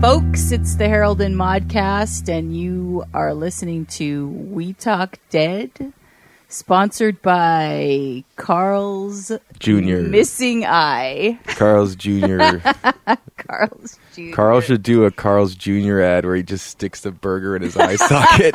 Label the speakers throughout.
Speaker 1: Folks, it's the Herald and Modcast, and you are listening to We Talk Dead, sponsored by Carl's
Speaker 2: Junior.
Speaker 1: Missing Eye.
Speaker 2: Carl's Jr.
Speaker 1: Carl's Jr.
Speaker 2: Carl should do a Carl's Jr. ad where he just sticks the burger in his eye socket,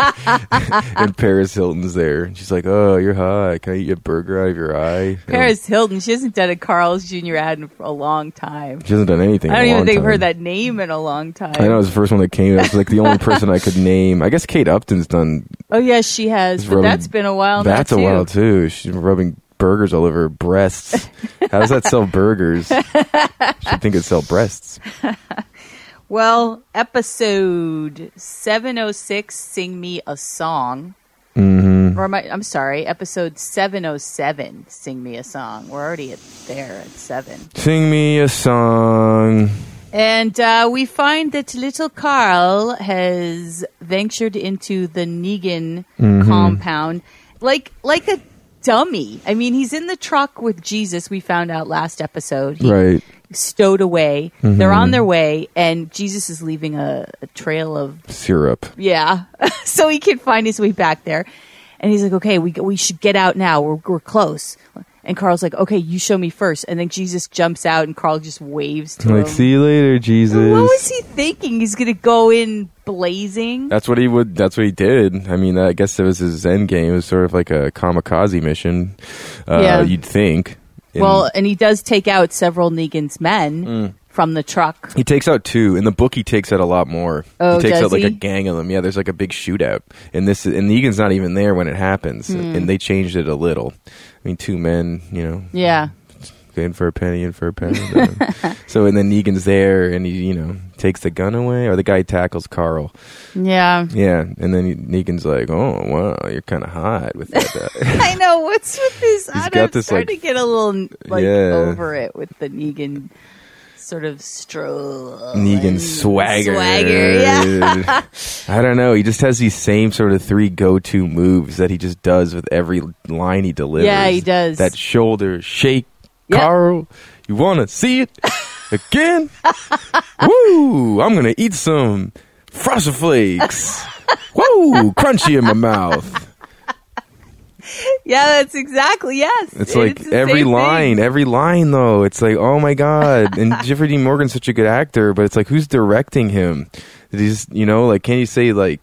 Speaker 2: and Paris Hilton's there. And She's like, "Oh, you're high. Can I eat a burger out of your eye?"
Speaker 1: Paris Hilton. She hasn't done a Carl's Jr. ad in a long time.
Speaker 2: she hasn't done anything.
Speaker 1: I
Speaker 2: in
Speaker 1: don't
Speaker 2: a
Speaker 1: even
Speaker 2: long
Speaker 1: think I've
Speaker 2: time.
Speaker 1: heard that name in a long time.
Speaker 2: I know it was the first one that came. It was like the only person I could name. I guess Kate Upton's done.
Speaker 1: Oh yes, she has.
Speaker 2: It's
Speaker 1: But
Speaker 2: rubbing-
Speaker 1: that's been a while.
Speaker 2: That's
Speaker 1: now,
Speaker 2: a
Speaker 1: Oh, too.
Speaker 2: while too. She's rubbing burgers all over her breasts. How does that sell burgers? Should think it sell breasts.
Speaker 1: Well, episode seven oh six. Sing me a song. Mm-hmm. Or am I, I'm sorry, episode seven oh seven. Sing me a song. We're already at there at seven,
Speaker 2: Sing me a song.
Speaker 1: and uh, we find that little Carl has ventured into the Negan compound, like like a dummy. I mean, he's in the truck with Jesus. We found out last episode. He
Speaker 2: Right.
Speaker 1: stowed away. They're on their way, and Jesus is leaving a, a trail of
Speaker 2: Syrup.
Speaker 1: yeah, so he can find his way back there. And he's like, "Okay, we we should get out now. We're we're close." And Carl's like, "Okay, you show me first. And then Jesus jumps out, and Carl just waves to him.
Speaker 2: Like, see you later, Jesus.
Speaker 1: Um, what was he thinking? He's gonna go in blazing.
Speaker 2: That's what he would. That's what he did. I mean, I guess it was his end game. It was sort of like a kamikaze mission. Uh,
Speaker 1: Yeah.
Speaker 2: You'd think. In- Mm.
Speaker 1: well, and he does take out several Negan's men from the truck.
Speaker 2: he takes out two. In the book, he takes out a lot more.
Speaker 1: Oh,
Speaker 2: he takes
Speaker 1: does
Speaker 2: out like
Speaker 1: he?
Speaker 2: a gang of them. Yeah, there's like a big shootout, and this and Negan's not even there when it happens.
Speaker 1: Hmm.
Speaker 2: And they changed it a little. I mean, two men. You know,
Speaker 1: Yeah,
Speaker 2: in for a penny, in for a penny. so and then Negan's there, and he you know takes the gun away, or the guy tackles Carl.
Speaker 1: yeah.
Speaker 2: Yeah, and then Negan's like, "Oh wow, you're kind of hot with that."
Speaker 1: I know what's with this. I
Speaker 2: He's
Speaker 1: don't,
Speaker 2: got this,
Speaker 1: starting to
Speaker 2: like-
Speaker 1: get a little like
Speaker 2: Yeah.
Speaker 1: over it with the Negan sort of stroll.
Speaker 2: uh, Negan swagger.
Speaker 1: Swagger, yeah.
Speaker 2: I don't know. He just has these same sort of three go-to moves that he just does with every line he delivers.
Speaker 1: Yeah, he does.
Speaker 2: That shoulder shake,
Speaker 1: Yep.
Speaker 2: Carl. You want to see it again? Woo! I'm gonna eat some frosted flakes. Woo! Crunchy in my mouth.
Speaker 1: Yeah, that's exactly yes.
Speaker 2: It's like
Speaker 1: the
Speaker 2: every
Speaker 1: same thing.
Speaker 2: line, every line though. It's like, oh my god! And Jeffrey Dean Morgan's such a good actor, but it's like, who's directing him? He's, you know, like, can you say like,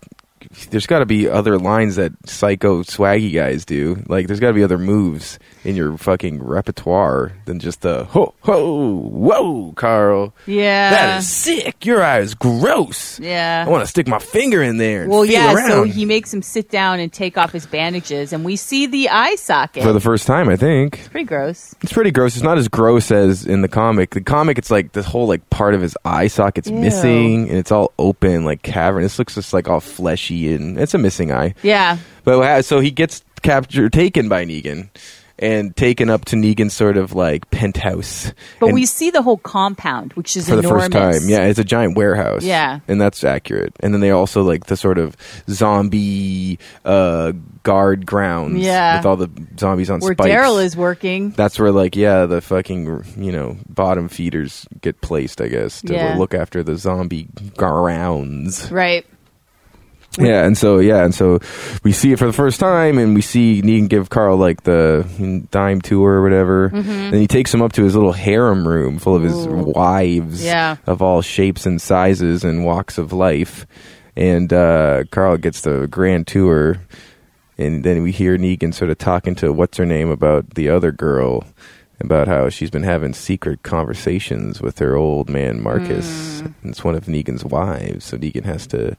Speaker 2: there's got to be other lines that psycho swaggy guys do. Like, there's got to be other moves in your fucking repertoire than just the ho ho whoa, Carl.
Speaker 1: Yeah.
Speaker 2: that is sick. Your eye is gross.
Speaker 1: Yeah.
Speaker 2: I want to stick my finger in there. And
Speaker 1: Well,
Speaker 2: feel
Speaker 1: yeah. So
Speaker 2: around.
Speaker 1: he makes him sit down and take off his bandages, and we see the eye socket.
Speaker 2: for the first time, I think.
Speaker 1: Pretty gross.
Speaker 2: It's pretty gross. It's not as gross as in the comic. The comic, it's like this whole like part of his eye socket's
Speaker 1: Ew.
Speaker 2: missing, and it's all open, like cavern. This looks just like all fleshy, and it's a missing eye.
Speaker 1: Yeah.
Speaker 2: But what ha- so he gets captured, taken by Negan, and taken up to Negan's sort of like penthouse.
Speaker 1: But
Speaker 2: And
Speaker 1: we see the whole compound, which is
Speaker 2: for the
Speaker 1: enormous.
Speaker 2: first time, yeah, it's a giant warehouse.
Speaker 1: Yeah.
Speaker 2: and that's accurate. And then they also like the sort of zombie uh, guard grounds.
Speaker 1: Yeah.
Speaker 2: with all the zombies on
Speaker 1: Where
Speaker 2: spikes
Speaker 1: Daryl is working.
Speaker 2: that's where like yeah the fucking you know bottom feeders get placed i guess to
Speaker 1: Yeah.
Speaker 2: look after the zombie grounds
Speaker 1: Right.
Speaker 2: yeah and so yeah and so we see it for the first time and we see negan give carl like the dime tour or whatever and he takes him up to his little harem room full of his
Speaker 1: Mm-hmm. Ooh.
Speaker 2: wives
Speaker 1: Yeah.
Speaker 2: of all shapes and sizes and walks of life and uh, carl gets the grand tour and then we hear Negan sort of talking to what's her name about the other girl about how she's been having secret conversations with her old man Marcus.
Speaker 1: Hmm.
Speaker 2: And it's one of Negan's wives, so Negan has to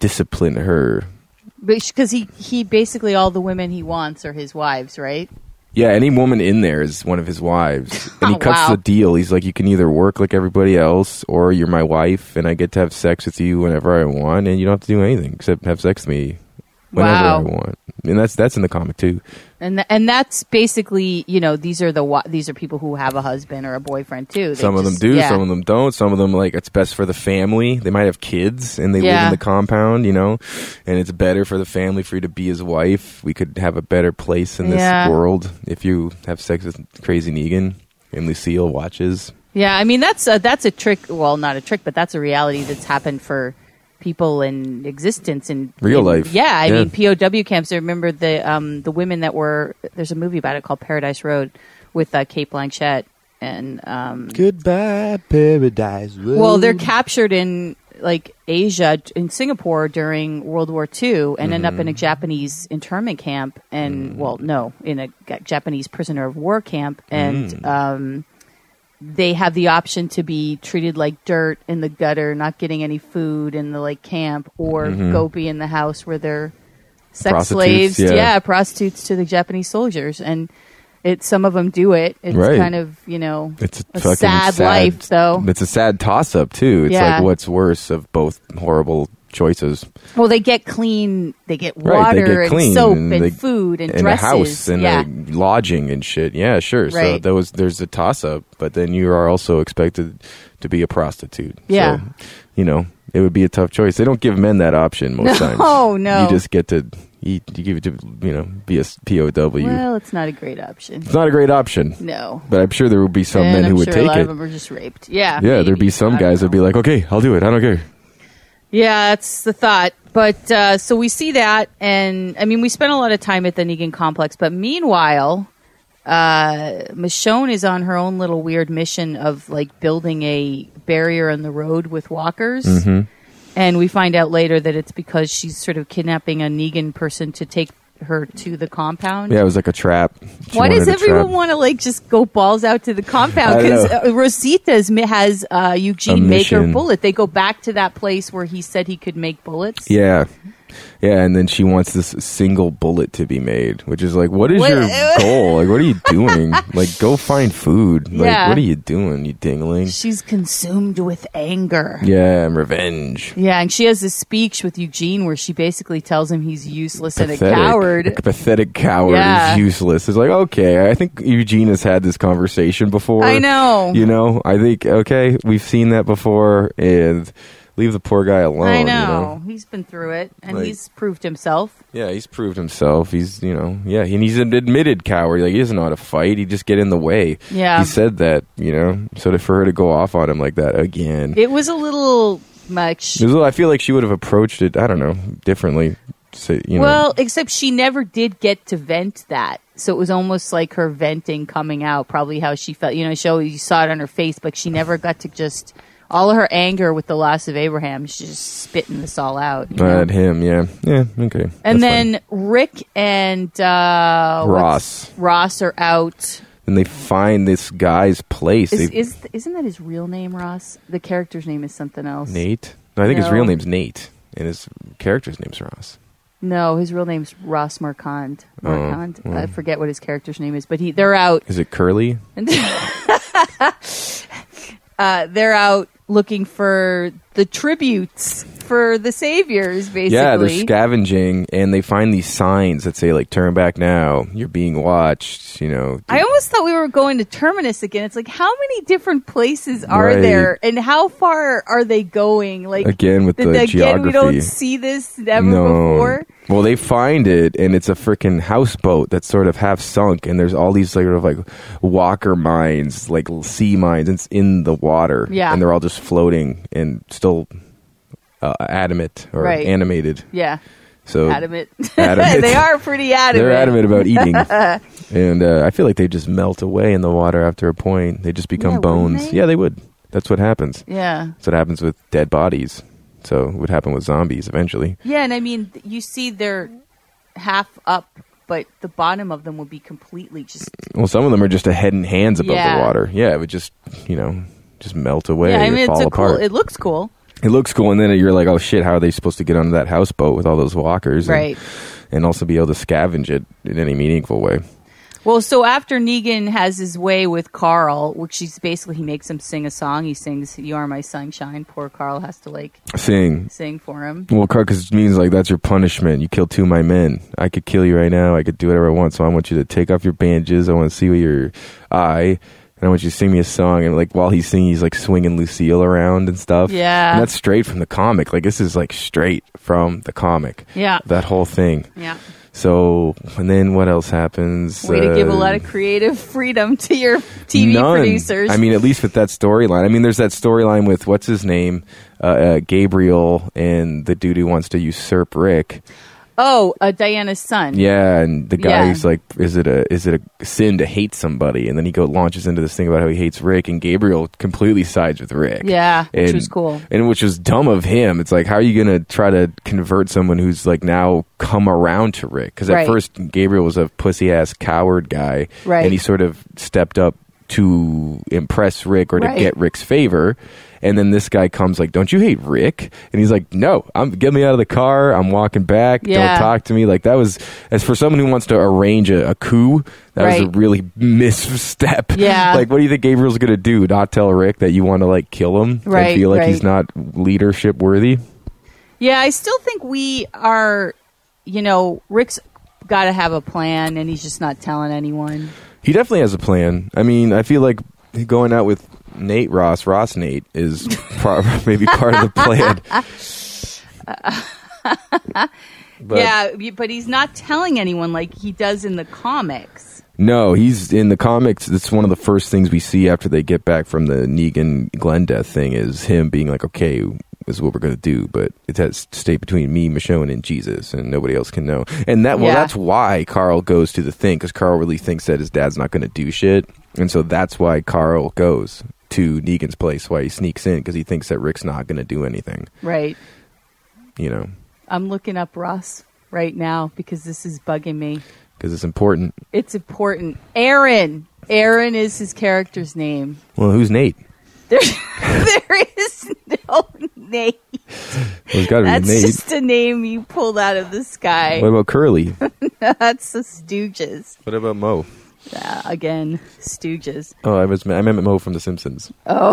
Speaker 2: discipline her.
Speaker 1: Because he, he basically all the women he wants are his wives, right?
Speaker 2: Yeah, any woman in there is one of his wives. And
Speaker 1: Oh,
Speaker 2: he cuts
Speaker 1: wow.
Speaker 2: the deal. He's like, You can either work like everybody else, or you're my wife, and I get to have sex with you whenever I want, and you don't have to do anything except have sex with me whenever
Speaker 1: Wow.
Speaker 2: I want. And that's that's in the comic too.
Speaker 1: And th- and that's basically you know these are the wa- these are people who have a husband or a boyfriend too. They
Speaker 2: some of them
Speaker 1: just-
Speaker 2: do,
Speaker 1: yeah.
Speaker 2: some of them don't. Some of them like it's best for the family. They might have kids and they live
Speaker 1: Yeah.
Speaker 2: in the compound, you know, and it's better for the family for you to be his wife. We could have a better place in this
Speaker 1: Yeah.
Speaker 2: world if you have sex with Crazy Negan and Lucille watches.
Speaker 1: Yeah, I mean that's a, that's a trick. Well, not a trick, but that's a reality that's happened for people in existence in
Speaker 2: Real
Speaker 1: in-
Speaker 2: life.
Speaker 1: Yeah, I
Speaker 2: Yeah.
Speaker 1: mean POW camps. I remember the um, the women that were. There's a movie about it called Paradise Road with uh, Kate Blanchett, and um,
Speaker 3: Goodbye, paradise.
Speaker 1: well, they're captured in like Asia in Singapore during World War II and end up in a
Speaker 2: Mm-hmm.
Speaker 1: Japanese internment camp
Speaker 2: Mm.
Speaker 1: and well, no, in a Ga- Japanese prisoner of war camp and
Speaker 2: Mm.
Speaker 1: um they have the option to be treated like dirt in the gutter, not getting any food in the like camp or go be in the house where they're sex
Speaker 2: Mm-hmm. Prostitutes,
Speaker 1: slaves,
Speaker 2: yeah.
Speaker 1: prostitutes to the Japanese soldiers and it some of them do it. It's
Speaker 2: Right.
Speaker 1: kind of, you know,
Speaker 2: It's a,
Speaker 1: A
Speaker 2: fucking
Speaker 1: sad life, though.
Speaker 2: It's a sad toss up too. It's
Speaker 1: Yeah.
Speaker 2: like what's worse of both horrible choices
Speaker 1: Well, they get clean. They get water
Speaker 2: Right, they get clean
Speaker 1: and soap
Speaker 2: and
Speaker 1: and,
Speaker 2: they-
Speaker 1: food and,
Speaker 2: and a
Speaker 1: dresses.
Speaker 2: house and
Speaker 1: yeah.
Speaker 2: a lodging and shit. Yeah, sure. So
Speaker 1: Right.
Speaker 2: there was there's a toss up, but then you are also expected to be a prostitute.
Speaker 1: Yeah.
Speaker 2: So, you know, it would be a tough choice. They don't give men that option most times.
Speaker 1: No, no.
Speaker 2: You just get to you, you give it to you know be a s- POW.
Speaker 1: well, it's not a great option.
Speaker 2: it's not a great option.
Speaker 1: No.
Speaker 2: But I'm sure there would be some
Speaker 1: and
Speaker 2: men
Speaker 1: I'm
Speaker 2: who would
Speaker 1: sure
Speaker 2: take
Speaker 1: a lot
Speaker 2: it.
Speaker 1: of them are just raped. Yeah.
Speaker 2: yeah, there'd be
Speaker 1: maybe.
Speaker 2: some
Speaker 1: I don't
Speaker 2: guys that'd be
Speaker 1: know.
Speaker 2: like, okay, I'll do it. I don't care.
Speaker 1: Yeah, that's the thought. But uh, so we see that, and I mean, we spent a lot of time at the Negan complex. But meanwhile, uh, Michonne is on her own little weird mission of like building a barrier on the road with walkers. And we find out later that it's because she's sort of kidnapping a Negan person to take her to the compound.
Speaker 2: Yeah, it was like a trap. She
Speaker 1: Why
Speaker 2: wanted
Speaker 1: does
Speaker 2: a
Speaker 1: everyone
Speaker 2: trap.
Speaker 1: want to like just go balls out to the compound?
Speaker 2: I don't
Speaker 1: Because
Speaker 2: know.
Speaker 1: uh, Rosita's mi- has uh, Eugene
Speaker 2: A
Speaker 1: Maker
Speaker 2: mission.
Speaker 1: bullet. They go back to that place where he said he could make bullets.
Speaker 2: Yeah. Yeah, and then she wants this single bullet to be made, which is like, what is
Speaker 1: What-
Speaker 2: your goal? Like, what are you doing? like, go find food. Like,
Speaker 1: Yeah.
Speaker 2: what are you doing, you dingling?
Speaker 1: She's consumed with anger. Yeah.
Speaker 2: Yeah, and revenge.
Speaker 1: and she has this speech with Eugene where she basically tells him he's useless and a
Speaker 2: Pathetic.
Speaker 1: coward.
Speaker 2: Like, a pathetic coward
Speaker 1: Yeah.
Speaker 2: is useless. It's like, okay, I think Eugene has had this conversation before.
Speaker 1: I know.
Speaker 2: You know, I think, okay, we've seen that before, and leave the poor guy alone.
Speaker 1: I
Speaker 2: you
Speaker 1: know. He's been through it and
Speaker 2: Like-
Speaker 1: he's proved himself.
Speaker 2: Yeah, he's proved himself. He's you know yeah, and he's an admitted coward. Like he doesn't know how to fight. He just get in the way.
Speaker 1: Yeah.
Speaker 2: he said that you know. So to, for her to go off on him like that again,
Speaker 1: It was a little much.
Speaker 2: It was- I feel like she would have approached it. I don't know differently. So, you
Speaker 1: Well, except she never did get to vent that. So it was almost like her venting coming out, probably how she felt. You know, she always, you saw it on her face, but she never got to just all of her anger with the loss of Abraham. She's just spitting this all out. you
Speaker 2: know,
Speaker 1: know?
Speaker 2: at him. Yeah, yeah, okay.
Speaker 1: and
Speaker 2: That's
Speaker 1: then
Speaker 2: fine.
Speaker 1: Rick and uh,
Speaker 2: Ross.
Speaker 1: what's- Ross are out.
Speaker 2: and they find this guy's place.
Speaker 1: Is,
Speaker 2: they,
Speaker 1: is isn't that his real name, Ross? The character's name is something else.
Speaker 2: Nate? No, I think his
Speaker 1: No.
Speaker 2: real name's Nate, and his character's name's Ross.
Speaker 1: No, his real name's Ross Marcond.
Speaker 2: Oh,
Speaker 1: Marcond. I forget what his character's name is, but he they're out
Speaker 2: Is it Curly?
Speaker 1: And- uh, they're out looking for the tributes for the saviors, basically.
Speaker 2: Yeah, they're scavenging, and they find these signs that say like "Turn back now," "You're being watched," you know.
Speaker 1: I almost thought we were going to Terminus again. It's like, how many different places are
Speaker 2: Right.
Speaker 1: there, and how far are they going? Like
Speaker 2: Again with
Speaker 1: th-
Speaker 2: the
Speaker 1: again, we
Speaker 2: geography.
Speaker 1: don't see this ever
Speaker 2: no.
Speaker 1: before.
Speaker 2: Well, they find it, and it's a freaking houseboat that's sort of half sunk, and there's all these sort of like walker mines, like l- sea mines, and it's in the water.
Speaker 1: Yeah.
Speaker 2: And they're all just floating and still uh, adamant or
Speaker 1: Right.
Speaker 2: animated.
Speaker 1: Yeah,
Speaker 2: So
Speaker 1: adamant.
Speaker 2: Adamant.
Speaker 1: they are pretty adamant.
Speaker 2: They're adamant about eating, and uh, I feel like they just melt away in the water after a point. They just become
Speaker 1: Yeah, wouldn't
Speaker 2: bones.
Speaker 1: they?
Speaker 2: Yeah, they would. That's what happens.
Speaker 1: Yeah.
Speaker 2: That's what happens with dead bodies. So it would happen with zombies eventually.
Speaker 1: Yeah, and I mean, th- you see they're half up, but the bottom of them would be completely just.
Speaker 2: Well, some of them are just a head and hands above
Speaker 1: Yeah.
Speaker 2: the water. Yeah, it would just you know just melt away
Speaker 1: yeah, I
Speaker 2: or
Speaker 1: mean,
Speaker 2: fall
Speaker 1: it's a cool.
Speaker 2: apart.
Speaker 1: It looks cool,
Speaker 2: it, looks cool, and then you're like, oh shit, how are they supposed to get onto that houseboat with all those walkers? and-
Speaker 1: right?
Speaker 2: And, also be able to scavenge it in any meaningful way.
Speaker 1: Well, so after Negan has his way with Carl, which he's basically he makes him sing a song. He sings "You Are My Sunshine." Poor Carl has to like
Speaker 2: Seeing.
Speaker 1: sing for him.
Speaker 2: Well, because it means like that's your punishment. You killed two of my men. I could kill you right now. I could do whatever I want. So I want you to take off your bandages. I want to see what your eye, and I want you to sing me a song. And like while he's singing, he's like swinging Lucille around and stuff.
Speaker 1: Yeah.
Speaker 2: and that's straight from the comic. Like this is like straight from the comic.
Speaker 1: Yeah,
Speaker 2: That whole thing.
Speaker 1: yeah.
Speaker 2: So, and then what else happens?
Speaker 1: Way to give a
Speaker 2: Uh,
Speaker 1: lot of creative freedom to your TV
Speaker 2: None.
Speaker 1: producers.
Speaker 2: I mean, at least with that storyline. I mean, there's that storyline with what's his name, uh, uh, Gabriel, and the dude who wants to usurp Rick.
Speaker 1: oh, uh, Diana's son.
Speaker 2: Yeah, and the
Speaker 1: Yeah.
Speaker 2: guy's like, "Is it a is it a sin to hate somebody?" And then he go launches into this thing about how he hates Rick, and Gabriel completely sides with Rick.
Speaker 1: Yeah, which
Speaker 2: And-
Speaker 1: was cool.
Speaker 2: and which was dumb of him. It's like, how are you going to try to convert someone who's like now come around to Rick? Because at
Speaker 1: Right.
Speaker 2: first Gabriel was a pussy ass coward guy,
Speaker 1: Right.
Speaker 2: And he sort of stepped up to impress Rick or to
Speaker 1: Right.
Speaker 2: get Rick's favor. And then this guy comes like, "Don't you hate Rick?" And he's like, "No, I'm get me out of the car. I'm walking back.
Speaker 1: Yeah.
Speaker 2: Don't talk to me." Like that was as for someone who wants to arrange a, a coup, that was
Speaker 1: Right.
Speaker 2: a really misstep.
Speaker 1: Yeah.
Speaker 2: like what do you think Gabriel's gonna do? Not tell Rick that you want to like kill him?
Speaker 1: Right,
Speaker 2: and feel like
Speaker 1: right.
Speaker 2: he's not leadership worthy.
Speaker 1: Yeah, I still think we are, you know, Rick's got to have a plan and he's just not telling anyone.
Speaker 2: He definitely has a plan. I mean, I feel like going out with Nate Ross, Ross Nate, is pro- maybe part of the plan. But
Speaker 1: yeah, y- but he's not telling anyone like he does in the comics.
Speaker 2: No, he's in the comics. That's one of the first things we see after they get back from the Negan Glenn death thing is him being like, okay, this is what we're going to do, but it has to stay between me, Michonne, and Jesus, and nobody else can know. And that, well,
Speaker 1: Yeah.
Speaker 2: that's why Carl goes to the thing, because Carl really thinks that his dad's not going to do shit. And so that's why Carl goes to Negan's place, why he sneaks in, because he thinks that Rick's not going to do anything,
Speaker 1: Right.
Speaker 2: you know,
Speaker 1: I'm looking up Ross right now because this is bugging me.
Speaker 2: because it's important.
Speaker 1: It's important. Aaron. Aaron is his character's name.
Speaker 2: Well, who's Nate?
Speaker 1: There, there is no name.
Speaker 2: Well, it's got to be
Speaker 1: That's
Speaker 2: Nate.
Speaker 1: just a name you pulled out of the sky.
Speaker 2: What about Curly?
Speaker 1: That's the Stooges.
Speaker 2: what about Mo?
Speaker 1: Uh, again, Stooges.
Speaker 2: Oh, I was I meant Mo from The Simpsons.
Speaker 1: Oh.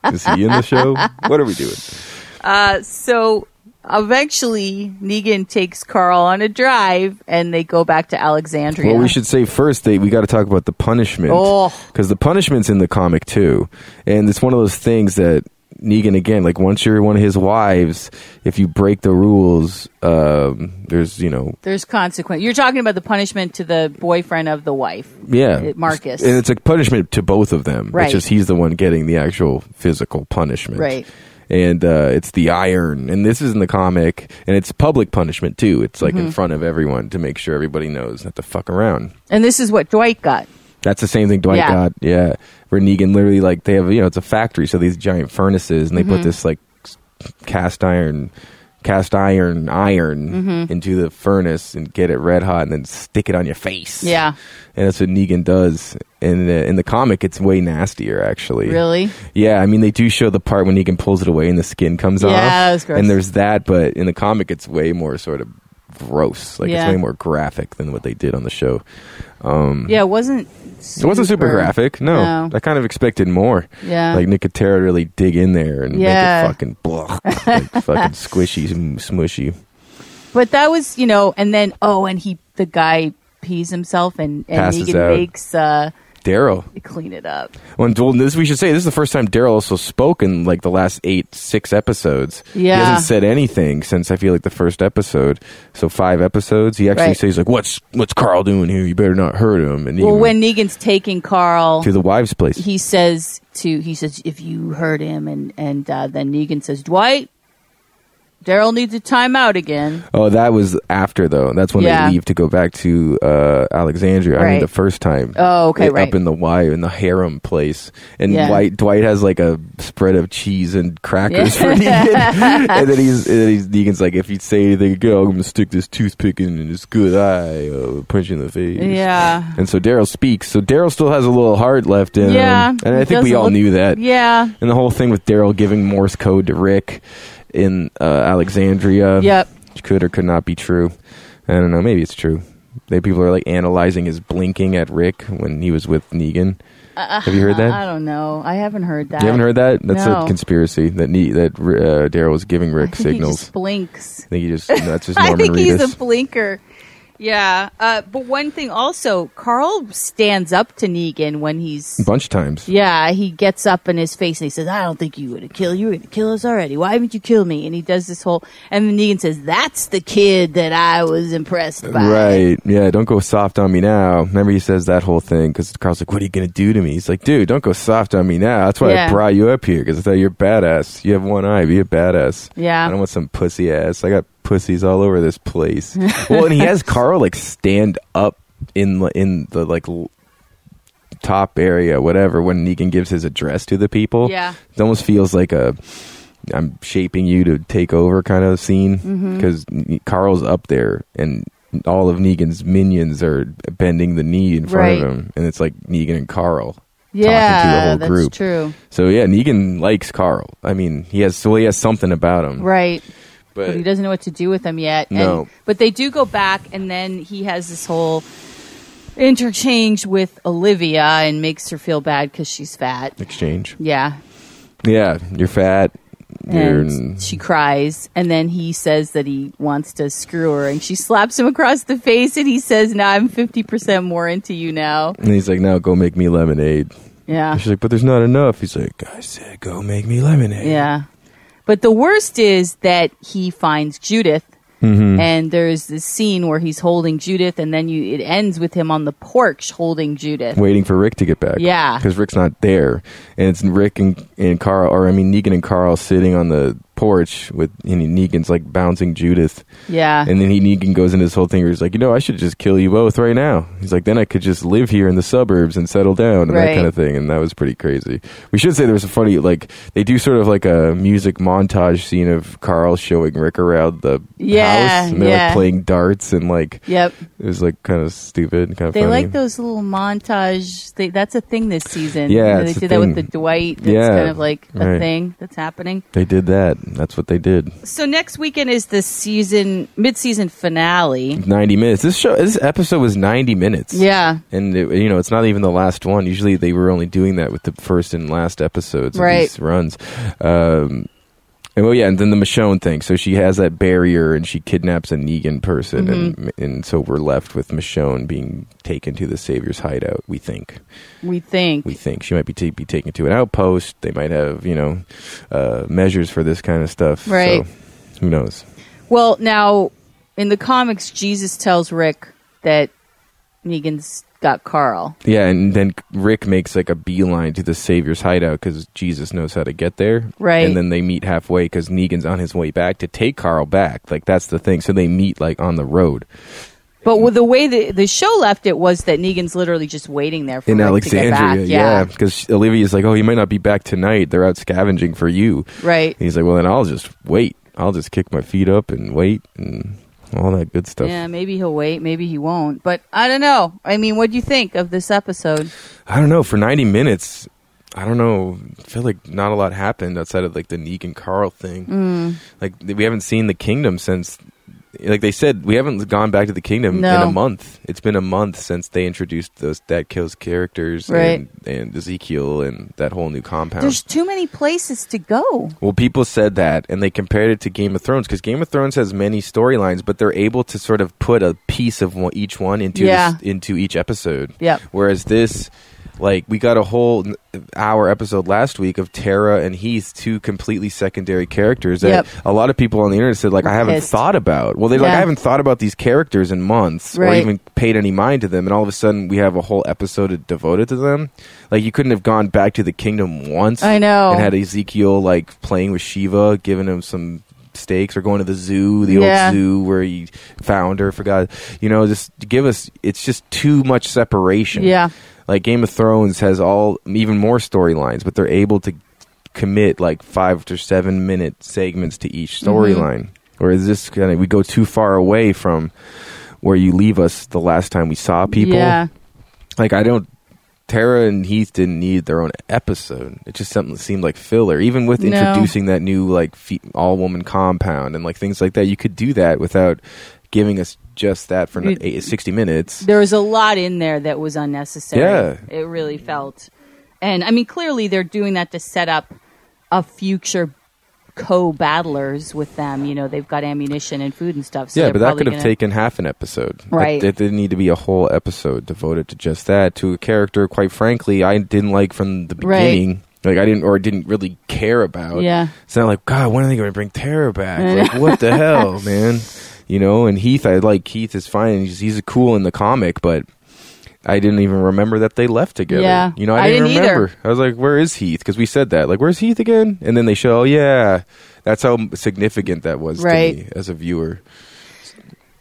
Speaker 2: Is he in the show? What are we doing?
Speaker 1: Uh, so eventually, Negan takes Carl on a drive, and they go back to Alexandria.
Speaker 2: Well, we should say first that we got to talk about the punishment
Speaker 1: Oh.
Speaker 2: because the punishment's in the comic too, and it's one of those things that Negan again, like once you're one of his wives, if you break the rules, um, there's you know
Speaker 1: There's consequence. You're talking about the punishment to the boyfriend of the wife.
Speaker 2: yeah
Speaker 1: Marcus.
Speaker 2: and it's a punishment to both of them.
Speaker 1: Right.
Speaker 2: It's just he's the one getting the actual physical punishment,
Speaker 1: Right.
Speaker 2: And uh, it's the iron, and this is in the comic, and it's public punishment too. It's
Speaker 1: Mm-hmm.
Speaker 2: like in front of everyone to make sure everybody knows not to fuck around.
Speaker 1: And this is what Dwight got.
Speaker 2: That's the same thing Dwight
Speaker 1: Yeah.
Speaker 2: got. Yeah, where Negan literally like they have you know it's a factory, so these giant furnaces, and they
Speaker 1: Mm-hmm.
Speaker 2: put this like s- cast iron, cast iron iron
Speaker 1: Mm-hmm.
Speaker 2: into the furnace and get it red hot, and then stick it on your face.
Speaker 1: Yeah.
Speaker 2: and that's what Negan does. And uh, in the comic, it's way nastier actually.
Speaker 1: Really?
Speaker 2: Yeah, I mean they do show the part when Negan pulls it away and the skin comes
Speaker 1: Yeah,
Speaker 2: off.
Speaker 1: that was gross.
Speaker 2: And there's that, but in the comic, it's way more sort of gross. Like
Speaker 1: Yeah.
Speaker 2: it's way more graphic than what they did on the show.
Speaker 1: Yeah, it wasn't.
Speaker 2: Hmm. It wasn't super graphic. No.
Speaker 1: No.
Speaker 2: I kind of expected more.
Speaker 1: Yeah.
Speaker 2: Like Nicotera really dig in there and
Speaker 1: Yeah.
Speaker 2: make it fucking blah, like fucking squishy, sm- smushy.
Speaker 1: But that was, you know, and then, oh, and he, the guy pees himself, and, and
Speaker 2: Passes
Speaker 1: Negan
Speaker 2: out.
Speaker 1: makes, uh,
Speaker 2: Daryl.
Speaker 1: clean it up.
Speaker 2: Well, well, this we should say this is the first time Daryl also spoke in like the last eight, six episodes.
Speaker 1: Yeah.
Speaker 2: He hasn't said anything since I feel like the first episode. So five episodes. He actually
Speaker 1: Right.
Speaker 2: says like, "What's what's Carl doing here? You better not hurt him." And
Speaker 1: Well,
Speaker 2: Negan
Speaker 1: when Negan's taking Carl,
Speaker 2: to the wives' place,
Speaker 1: he says to he says if you hurt him and and uh, then Negan says Dwight, Daryl needs a timeout again.
Speaker 2: Oh, that was after though. That's when
Speaker 1: Yeah.
Speaker 2: they leave to go back to uh, Alexandria. I
Speaker 1: Right.
Speaker 2: mean, the first time.
Speaker 1: Oh, okay,
Speaker 2: They-
Speaker 1: right.
Speaker 2: Up in the Y in the harem place, and
Speaker 1: Yeah.
Speaker 2: Dwight Dwight has like a spread of cheese and crackers
Speaker 1: Yeah.
Speaker 2: for Negan, and then he's and then he's Negan's like, if you say anything, go, I'm gonna stick this toothpick in his good eye, uh, punch you in the face.
Speaker 1: Yeah.
Speaker 2: And so Daryl speaks. So Daryl still has a little heart left in
Speaker 1: Yeah,
Speaker 2: him, and I
Speaker 1: he
Speaker 2: think we
Speaker 1: doesn't
Speaker 2: all
Speaker 1: look-
Speaker 2: knew that.
Speaker 1: Yeah.
Speaker 2: And the whole thing with Daryl giving Morse code to Rick in uh, Alexandria.
Speaker 1: Yep.
Speaker 2: Which could or could not be true. I don't know. Maybe it's true. They people are like analyzing his blinking at Rick when he was with Negan. Have you heard that?
Speaker 1: Uh, I don't know. I haven't heard that.
Speaker 2: you haven't heard that? That's
Speaker 1: No.
Speaker 2: a conspiracy that ne- that uh, Daryl was giving Rick
Speaker 1: I think he
Speaker 2: signals.
Speaker 1: just blinks.
Speaker 2: I think he just no, that's just
Speaker 1: I
Speaker 2: Norman
Speaker 1: think he's
Speaker 2: Reedus.
Speaker 1: a blinker. Yeah. Uh, but one thing also, Carl stands up to Negan when
Speaker 2: a
Speaker 1: he's.
Speaker 2: bunch of times.
Speaker 1: Yeah, he gets up in his face and he says, I don't think you were going to kill. You were going to kill us already. Why haven't you killed me? And he does this whole. And then Negan says, That's the kid that I was impressed by.
Speaker 2: Right. Yeah. Don't go soft on me now. Remember, he says that whole thing because Carl's like, "What are you gonna do to me?" He's like, "Dude, don't go soft on me now. That's why
Speaker 1: Yeah.
Speaker 2: I brought you up here because I thought you're badass. You have one eye. Be a badass.
Speaker 1: Yeah.
Speaker 2: I don't want some pussy ass. I got pussies all over this place. well, and he has Carl like stand up in the- in the like l- top area, whatever. When Negan gives his address to the people,
Speaker 1: Yeah.
Speaker 2: it almost feels like a I'm shaping you to take over kind of
Speaker 1: Mm-hmm.
Speaker 2: scene because Carl's up there and all of Negan's minions are bending the knee in front
Speaker 1: Right.
Speaker 2: of him, and it's like Negan and Carl.
Speaker 1: Yeah,
Speaker 2: talking to the whole
Speaker 1: that's
Speaker 2: group.
Speaker 1: true.
Speaker 2: So yeah, Negan likes Carl. I mean, he has well, he has something about him,
Speaker 1: Right.
Speaker 2: But,
Speaker 1: but he doesn't know what to do with them yet. And-
Speaker 2: No.
Speaker 1: but they do go back, and then he has this whole interchange with Olivia and makes her feel bad because she's fat.
Speaker 2: exchange.
Speaker 1: Yeah.
Speaker 2: Yeah, you're fat. You're
Speaker 1: And she cries, and then he says that he wants to screw her, and she slaps him across the face, and he says, "No, I'm fifty percent more into you now."
Speaker 2: And he's like, now go make me lemonade.
Speaker 1: Yeah,
Speaker 2: And she's like, but there's not enough. He's like, I said, go make me lemonade.
Speaker 1: yeah. But the worst is that he finds Judith,
Speaker 2: Mm-hmm.
Speaker 1: and there's this scene where he's holding Judith, and then you it ends with him on the porch holding Judith.
Speaker 2: Waiting for Rick to get back.
Speaker 1: Yeah.
Speaker 2: Because Rick's not there. And it's Rick and, and Carl, or I mean, Negan and Carl sitting on the porch with, and Negan's like bouncing Judith.
Speaker 1: Yeah.
Speaker 2: And then he Negan goes into this whole thing where he's like, you know, I should just kill you both right now. He's like, then I could just live here in the suburbs and settle down and
Speaker 1: Right.
Speaker 2: that kind of thing. And that was pretty crazy. We should say there was a funny like they do sort of like a music montage scene of Carl showing Rick around the
Speaker 1: Yeah,
Speaker 2: house and they're
Speaker 1: yeah.
Speaker 2: like playing darts and like
Speaker 1: Yep.
Speaker 2: it was like kind of stupid and kind of
Speaker 1: They
Speaker 2: funny.
Speaker 1: like those little montage. They, that's a thing this season.
Speaker 2: Yeah,
Speaker 1: they
Speaker 2: it's a
Speaker 1: did that with the
Speaker 2: thing.
Speaker 1: Dwight. That's
Speaker 2: Yeah,
Speaker 1: kind of like a
Speaker 2: right.
Speaker 1: thing that's happening.
Speaker 2: They did that. That's what they did.
Speaker 1: So next weekend is the season mid-season finale.
Speaker 2: Ninety minutes. This show, this episode was ninety minutes.
Speaker 1: Yeah,
Speaker 2: and it, you know it's not even the last one usually they were only doing that with the first and last episodes
Speaker 1: Right.
Speaker 2: of these runs um and well yeah and then the michonne thing so she has that barrier and she kidnaps a negan person
Speaker 1: Mm-hmm.
Speaker 2: and and so we're left with michonne being taken to the savior's hideout we think
Speaker 1: we think.
Speaker 2: we think she might be, t- be taken to an outpost they might have you know uh measures for this kind of stuff
Speaker 1: Right.
Speaker 2: so who knows
Speaker 1: well, now in the comics, Jesus tells Rick that Negan's got Carl.
Speaker 2: yeah and then rick makes like a beeline to the savior's hideout because jesus knows how to get there
Speaker 1: Right.
Speaker 2: and then they meet halfway because negan's on his way back to take carl back like that's the thing so they meet like on the road
Speaker 1: But with the way the, the show left it was that Negan's literally just waiting there for
Speaker 2: in
Speaker 1: Rick to get
Speaker 2: alexandria
Speaker 1: back.
Speaker 2: yeah because olivia's like oh he might not be back tonight they're out scavenging for you
Speaker 1: right.
Speaker 2: he's like well then i'll just wait i'll just kick my feet up and wait and all that good stuff
Speaker 1: Yeah, maybe he'll wait, maybe he won't. But I don't know. I mean, what do you think of this episode?
Speaker 2: I don't know. For 90 minutes, I don't know. I feel like not a lot happened outside of like the Negan Carl thing. Mm. Like th- we haven't seen the kingdom since. Like they said, we haven't gone back to the kingdom in
Speaker 1: No.
Speaker 2: a month. It's been a month since they introduced those that kills characters
Speaker 1: Right.
Speaker 2: and, and Ezekiel and that whole new compound.
Speaker 1: There's too many places to go.
Speaker 2: Well, people said that, and they compared it to Game of Thrones because Game of Thrones has many storylines, but they're able to sort of put a piece of one, each one into
Speaker 1: Yeah.
Speaker 2: this, into each episode.
Speaker 1: Yep.
Speaker 2: Whereas this, like, we got a whole n- hour episode last week of Tara and Heath, two completely secondary characters that
Speaker 1: Yep.
Speaker 2: a lot of people on the internet said, like, I haven't
Speaker 1: Pissed.
Speaker 2: thought about. Well, they like,
Speaker 1: Yeah.
Speaker 2: I haven't thought about these characters in months or
Speaker 1: Right.
Speaker 2: even paid any mind to them, and all of a sudden we have a whole episode devoted to them. Like, you couldn't have gone back to the kingdom once.
Speaker 1: I know.
Speaker 2: And had Ezekiel like playing with Shiva, giving him some steaks, or going to the zoo, the
Speaker 1: Yeah.
Speaker 2: old zoo where he found her, forgot. You know, just give us. It's just too much separation.
Speaker 1: Yeah.
Speaker 2: Like Game of Thrones has all even more storylines, but they're able to commit like five to seven minute segments to each
Speaker 1: Mm-hmm.
Speaker 2: storyline. Whereas this kind of we go too far away from where you leave us the last time we saw people
Speaker 1: Yeah.
Speaker 2: like I don't. Tara and Heath didn't need their own episode. It just something that seemed like filler. Even with
Speaker 1: No.
Speaker 2: introducing that new like fe- all woman compound and like things like that, you could do that without giving us just that for
Speaker 1: You-
Speaker 2: n- eight, sixty minutes.
Speaker 1: There was a lot in there that was unnecessary.
Speaker 2: Yeah.
Speaker 1: It really felt. And I mean, clearly they're doing that to set up a future co-battlers with them. You know, they've got ammunition and food and stuff. So
Speaker 2: yeah,
Speaker 1: they're
Speaker 2: but that
Speaker 1: probably
Speaker 2: could have
Speaker 1: gonna-
Speaker 2: taken half an episode. That-
Speaker 1: Right.
Speaker 2: That didn't need to be a whole episode devoted to just that, to a character, quite frankly, I didn't like from the
Speaker 1: Right.
Speaker 2: beginning. Like I didn't, or didn't really care about.
Speaker 1: Yeah.
Speaker 2: It's not like God. When are they going to bring Tara back? Like what the hell, man? You know. And Heath, I like Heath is fine. He's he's cool in the comic, but I didn't even remember that they left together.
Speaker 1: Yeah.
Speaker 2: You know, I,
Speaker 1: I
Speaker 2: didn't,
Speaker 1: didn't either.
Speaker 2: remember. I was like, where is Heath? Because we said that. Like, where's Heath again? And then they show, oh, yeah. That's how significant that was
Speaker 1: Right.
Speaker 2: to me as a viewer.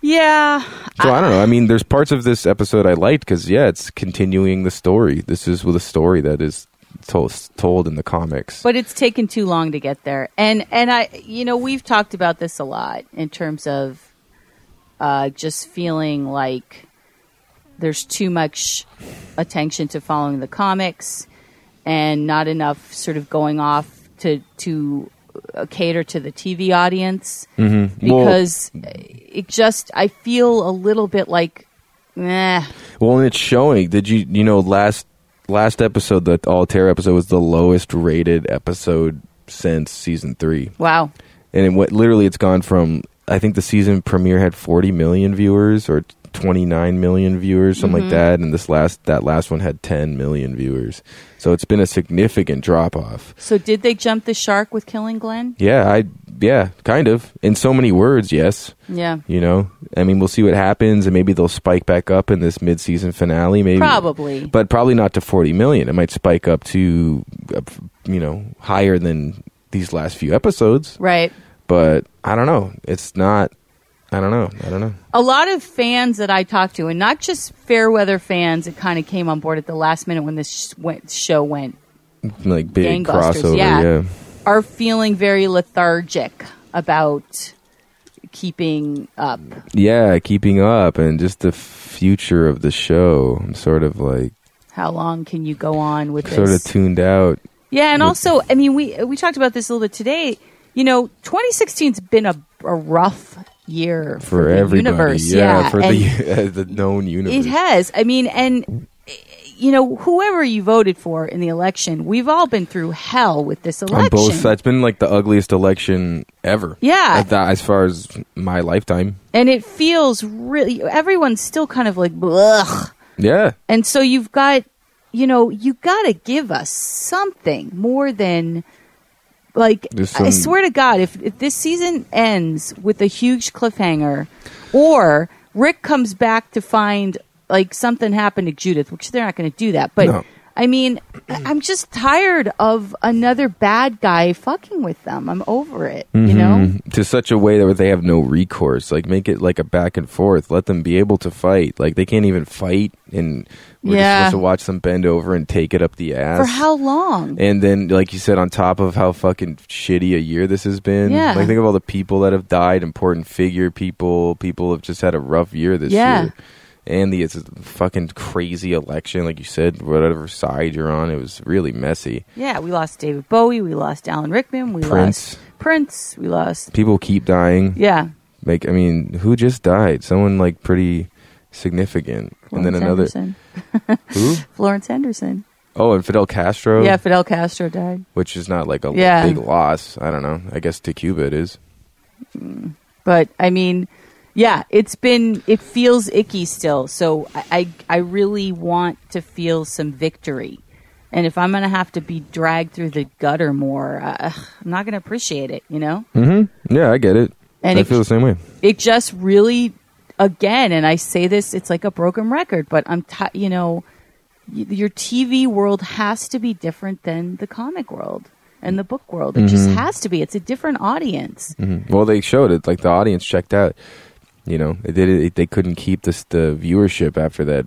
Speaker 1: Yeah,
Speaker 2: So I, don't know. I mean, there's parts of this episode I liked because yeah, it's continuing the story. This is with a story that is told told in the comics.
Speaker 1: but it's taken too long to get there. And and I, you know, we've talked about this a lot in terms of uh, just feeling like there's too much attention to following the comics and not enough sort of going off to to uh, cater to the TV audience
Speaker 2: Mm-hmm. Well-
Speaker 1: because it just I feel a little bit like. Nah.
Speaker 2: Well, and it's showing. Did you you know last last episode the Altair episode was the lowest rated episode since season three,
Speaker 1: Wow.
Speaker 2: and it went, literally it's gone from I think the season premiere had 40 million viewers or 29 million viewers, something like that, and this last that last one had 10 million viewers. So it's been a significant drop off.
Speaker 1: So did they jump the shark with killing Glenn?
Speaker 2: Yeah, I yeah, kind of in so many words, yes.
Speaker 1: Yeah.
Speaker 2: You know, I mean, we'll see what happens, and maybe they'll spike back up in this mid-season finale. Maybe
Speaker 1: Probably.
Speaker 2: but probably not to forty million. It might spike up to, uh, f- you know, higher than these last few episodes.
Speaker 1: Right.
Speaker 2: But I don't know. It's not. I don't know. I don't know.
Speaker 1: a lot of fans that I talked to, and not just fair weather fans, that kind of came on board at the last minute when this sh- went, show went,
Speaker 2: Like
Speaker 1: Gangbusters,
Speaker 2: big crossover.
Speaker 1: yeah.
Speaker 2: yeah.
Speaker 1: are feeling very lethargic about keeping up.
Speaker 2: Yeah, keeping up and just the future of the show. I'm sort of like
Speaker 1: How long can you go on with
Speaker 2: sort
Speaker 1: this?
Speaker 2: of tuned out.
Speaker 1: yeah, and
Speaker 2: with-
Speaker 1: also, I mean, we we talked about this a little bit today. You know, 2016's been a, a rough year for,
Speaker 2: for,
Speaker 1: the
Speaker 2: everybody.
Speaker 1: universe.
Speaker 2: yeah, for
Speaker 1: and-
Speaker 2: the uh, the known universe.
Speaker 1: It has. I mean, and you know, whoever you voted for in the election, we've all been through hell with this election.
Speaker 2: on both sides. It's been like the ugliest election ever.
Speaker 1: Yeah.
Speaker 2: At that- as far as my lifetime.
Speaker 1: And it feels really everyone's still kind of like ugh.
Speaker 2: Yeah.
Speaker 1: And so you've got you know, you got to give us something more than like
Speaker 2: There's
Speaker 1: I
Speaker 2: some-
Speaker 1: swear to god if, if this season ends with a huge cliffhanger or Rick comes back to find like something happened to Judith, which they're not going to do that, but
Speaker 2: No.
Speaker 1: I mean, I- I'm just tired of another bad guy fucking with them. I'm over it, you know?
Speaker 2: Mhm. To such a way that they have no recourse. Like make it like a back and forth. Let them be able to fight. Like they can't even fight, and we're
Speaker 1: Yeah.
Speaker 2: just supposed to watch them bend over and take it up the ass.
Speaker 1: For how long?
Speaker 2: And then, like you said, on top of how fucking shitty a year this has been,
Speaker 1: Yeah.
Speaker 2: like think of all the people that have died, important figure people, people have just had a rough year this
Speaker 1: Yeah.
Speaker 2: year. And the it's a fucking crazy election, like you said, whatever side you're on, it was really messy.
Speaker 1: Yeah, we lost David Bowie, we lost Alan Rickman, we
Speaker 2: Prince.
Speaker 1: lost Prince, we lost
Speaker 2: People keep dying.
Speaker 1: yeah,
Speaker 2: Like, I mean, who just died? Someone like pretty significant,
Speaker 1: Florence
Speaker 2: and then another.
Speaker 1: Henderson.
Speaker 2: Who?
Speaker 1: Florence Henderson.
Speaker 2: Oh, and Fidel Castro.
Speaker 1: Yeah, Fidel Castro died,
Speaker 2: which is not like a
Speaker 1: Yeah.
Speaker 2: big loss. I don't know. I guess to Cuba it is.
Speaker 1: but I mean, yeah, it's been it feels icky still. So I I, I really want to feel some victory. And if I'm going to have to be dragged through the gutter more, uh, ugh, I'm not going to appreciate it, you know?
Speaker 2: Mm-hmm. Yeah, I get it.
Speaker 1: And
Speaker 2: I
Speaker 1: it-
Speaker 2: feel the same way.
Speaker 1: it just really again and i say this it's like a broken record but i'm ti you know y- your tv world has to be different than the comic world and the book world it just has to be it's a different audience
Speaker 2: Mm-hmm. Well, they showed it. Like the audience checked out. You know, they did it. They couldn't keep this the viewership after that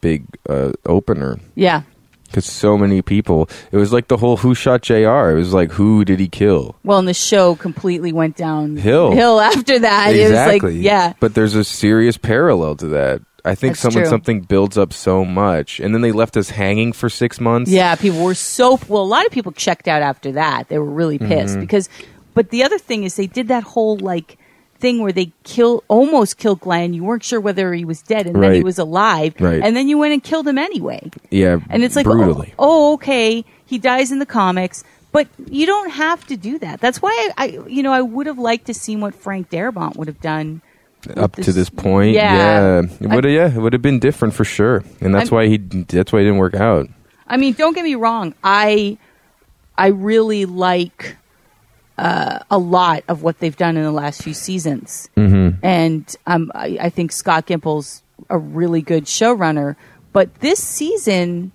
Speaker 2: big uh, opener
Speaker 1: yeah
Speaker 2: because so many people. It was like the whole who shot Jr. It was like who did he kill?
Speaker 1: well and the show completely went down
Speaker 2: Hill.
Speaker 1: hill after that it was like yeah
Speaker 2: But there's a serious parallel to that. I think
Speaker 1: That's
Speaker 2: someone
Speaker 1: true.
Speaker 2: something builds up so much, and then they left us hanging for six months.
Speaker 1: Yeah, people were so well. A lot of people checked out after that. They were really
Speaker 2: Mm-hmm.
Speaker 1: pissed because. But the other thing is, they did that whole like thing where they kill almost killed Glenn. You weren't sure whether he was dead, and then he
Speaker 2: Right.
Speaker 1: was alive,
Speaker 2: Right.
Speaker 1: and then you went and killed him anyway.
Speaker 2: yeah.
Speaker 1: And it's like, oh,
Speaker 2: brutally.
Speaker 1: oh, okay, he dies in the comics, But you don't have to do that. That's why I, I you know, I would have liked to see what Frank Darabont would have done. with
Speaker 2: up to this point.
Speaker 1: oh, Yeah.
Speaker 2: yeah. It would have yeah, it would have been different for sure, and that's
Speaker 1: I'm-
Speaker 2: why he that's why he didn't work out.
Speaker 1: I mean, don't get me wrong. I I really like uh, a lot of what they've done in the last few seasons, mm-hmm. and um, I, I think Scott Gimple's a really good showrunner. But this season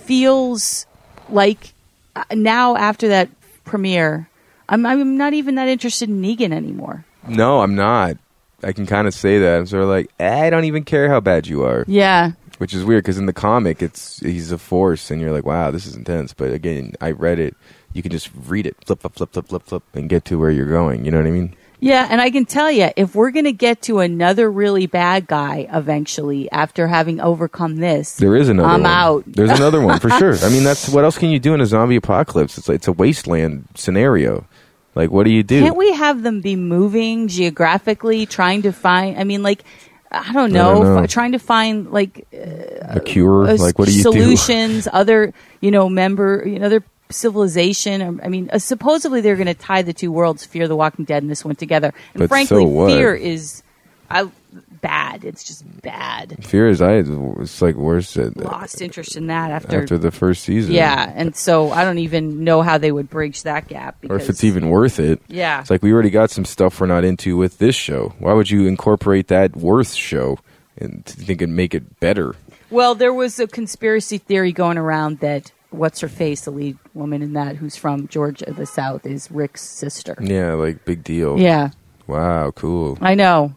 Speaker 1: feels like uh, now after that premiere, I'm I'm not even that interested in Negan anymore.
Speaker 2: No, I'm not. I can kind of say that. I'm sort of like, "Eh, I don't even care how bad you are,
Speaker 1: Yeah,
Speaker 2: which is weird because in the comic, it's he's a force, and you're like, wow, this is intense. But again, I read it. You can just read it, flip, flip, flip, flip, flip, flip, and get to where you're going. You know what I mean?
Speaker 1: Yeah, and I can tell you, if we're going to get to another really bad guy eventually after having overcome this,
Speaker 2: There is another.
Speaker 1: I'm
Speaker 2: one.
Speaker 1: out.
Speaker 2: There's another one for sure. I mean, that's what else can you do in a zombie apocalypse? It's like it's a wasteland scenario. Like, what do you do?
Speaker 1: Can't we have them be moving geographically, trying to find? I mean, like, I don't know,
Speaker 2: don't know.
Speaker 1: F- trying to find like
Speaker 2: a cure?
Speaker 1: uh,
Speaker 2: like, what do you do?
Speaker 1: solutions, other you know, member, you know, other civilization. Um, I mean, uh, supposedly they're going to tie the two worlds, Fear the Walking Dead, and this one together. And
Speaker 2: But
Speaker 1: frankly,
Speaker 2: so what?
Speaker 1: fear is I, bad. It's just bad.
Speaker 2: Fear is I. It's like worse at,
Speaker 1: Lost interest in that after
Speaker 2: after the first season.
Speaker 1: Yeah, and so I don't even know how they would bridge that gap.
Speaker 2: or
Speaker 1: Because,
Speaker 2: if it's even worth it.
Speaker 1: yeah,
Speaker 2: It's like we already got some stuff we're not into with this show. Why would you incorporate that worth show and t- think and make it better?
Speaker 1: well, there was a conspiracy theory going around that what's her face, the lead woman in that, who's from Georgia, the South, is Rick's sister.
Speaker 2: Yeah, like big deal.
Speaker 1: Yeah,
Speaker 2: Wow, cool.
Speaker 1: I know.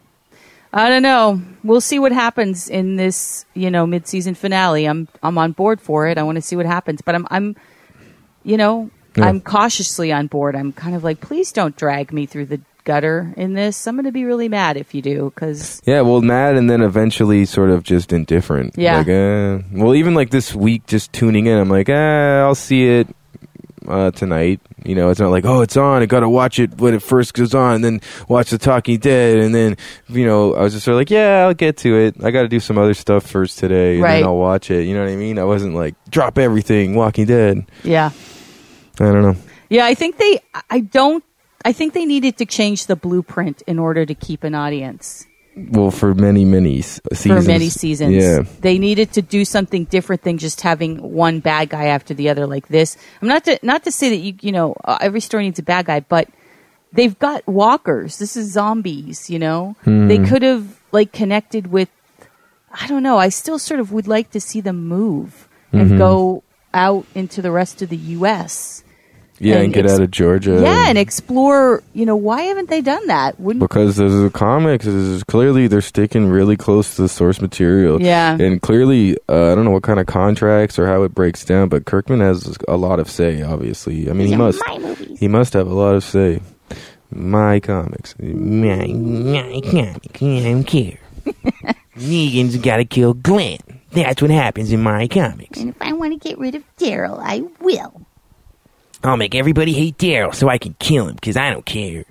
Speaker 1: I don't know. We'll see what happens in this, you know, mid-season finale. I'm I'm on board for it. I want to see what happens, but I'm I'm, you know,
Speaker 2: Yeah.
Speaker 1: I'm cautiously on board. I'm kind of like, please don't drag me through the gutter in this. I'm going to be really mad if you do, because
Speaker 2: Yeah, well, mad and then eventually sort of just indifferent.
Speaker 1: Yeah.
Speaker 2: Like, uh, well, even like this week, just tuning in, I'm like, eh, I'll see it uh, tonight. You know, it's not like, oh, it's on. I got to watch it when it first goes on, and then watch The Talking Dead. And then, you know, I was just sort of like, yeah, I'll get to it. I got to do some other stuff first today, and
Speaker 1: Right.
Speaker 2: then I'll watch it. You know what I mean? I wasn't like, drop everything, Walking Dead.
Speaker 1: yeah.
Speaker 2: I don't know.
Speaker 1: Yeah, I think they. I don't. I think they needed to change the blueprint in order to keep an audience
Speaker 2: Well, for many, many s-
Speaker 1: for
Speaker 2: seasons.
Speaker 1: many seasons.
Speaker 2: Yeah.
Speaker 1: They needed to do something different than just having one bad guy after the other like this. I'm not to not to say that you you know uh, every story needs a bad guy, but they've got walkers. This is zombies. You know, they
Speaker 2: Hmm.
Speaker 1: could have like connected with. I don't know. I still sort of would like to see them move
Speaker 2: Mm-hmm.
Speaker 1: and go out into the rest of the U.S.
Speaker 2: Yeah, and,
Speaker 1: And
Speaker 2: get
Speaker 1: ex-
Speaker 2: out of Georgia.
Speaker 1: yeah, and explore. You know, why haven't they done that? Wouldn't
Speaker 2: because this is a comics this is clearly they're sticking really close to the source material
Speaker 1: Yeah.
Speaker 2: and clearly uh, i don't know what kind of contracts or how it breaks down but kirkman has a lot of say obviously i mean he must he must have a lot of say my comics
Speaker 4: My, my comic, I don't care. Negan's gotta kill Glenn. That's what happens in my comics.
Speaker 5: And if I want to get rid of Daryl, I will.
Speaker 4: I'll make everybody hate Daryl so I can kill him, because I don't care.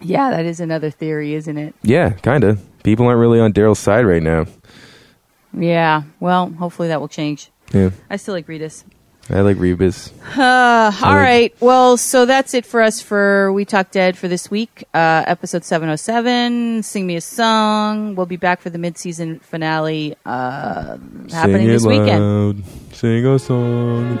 Speaker 1: yeah, that is another theory, isn't it?
Speaker 2: yeah kinda people aren't really on daryl's side right now
Speaker 1: Yeah. Well, hopefully that will change.
Speaker 2: yeah
Speaker 1: I still like Redis.
Speaker 2: i like rebus
Speaker 1: Uh, all
Speaker 2: like-
Speaker 1: right. Well, so that's it for us for We Talk Dead for this week. Uh, episode 707, Sing Me a Song. We'll be back for the mid-season finale uh, happening
Speaker 2: sing it
Speaker 1: this weekend.
Speaker 2: loud sing a song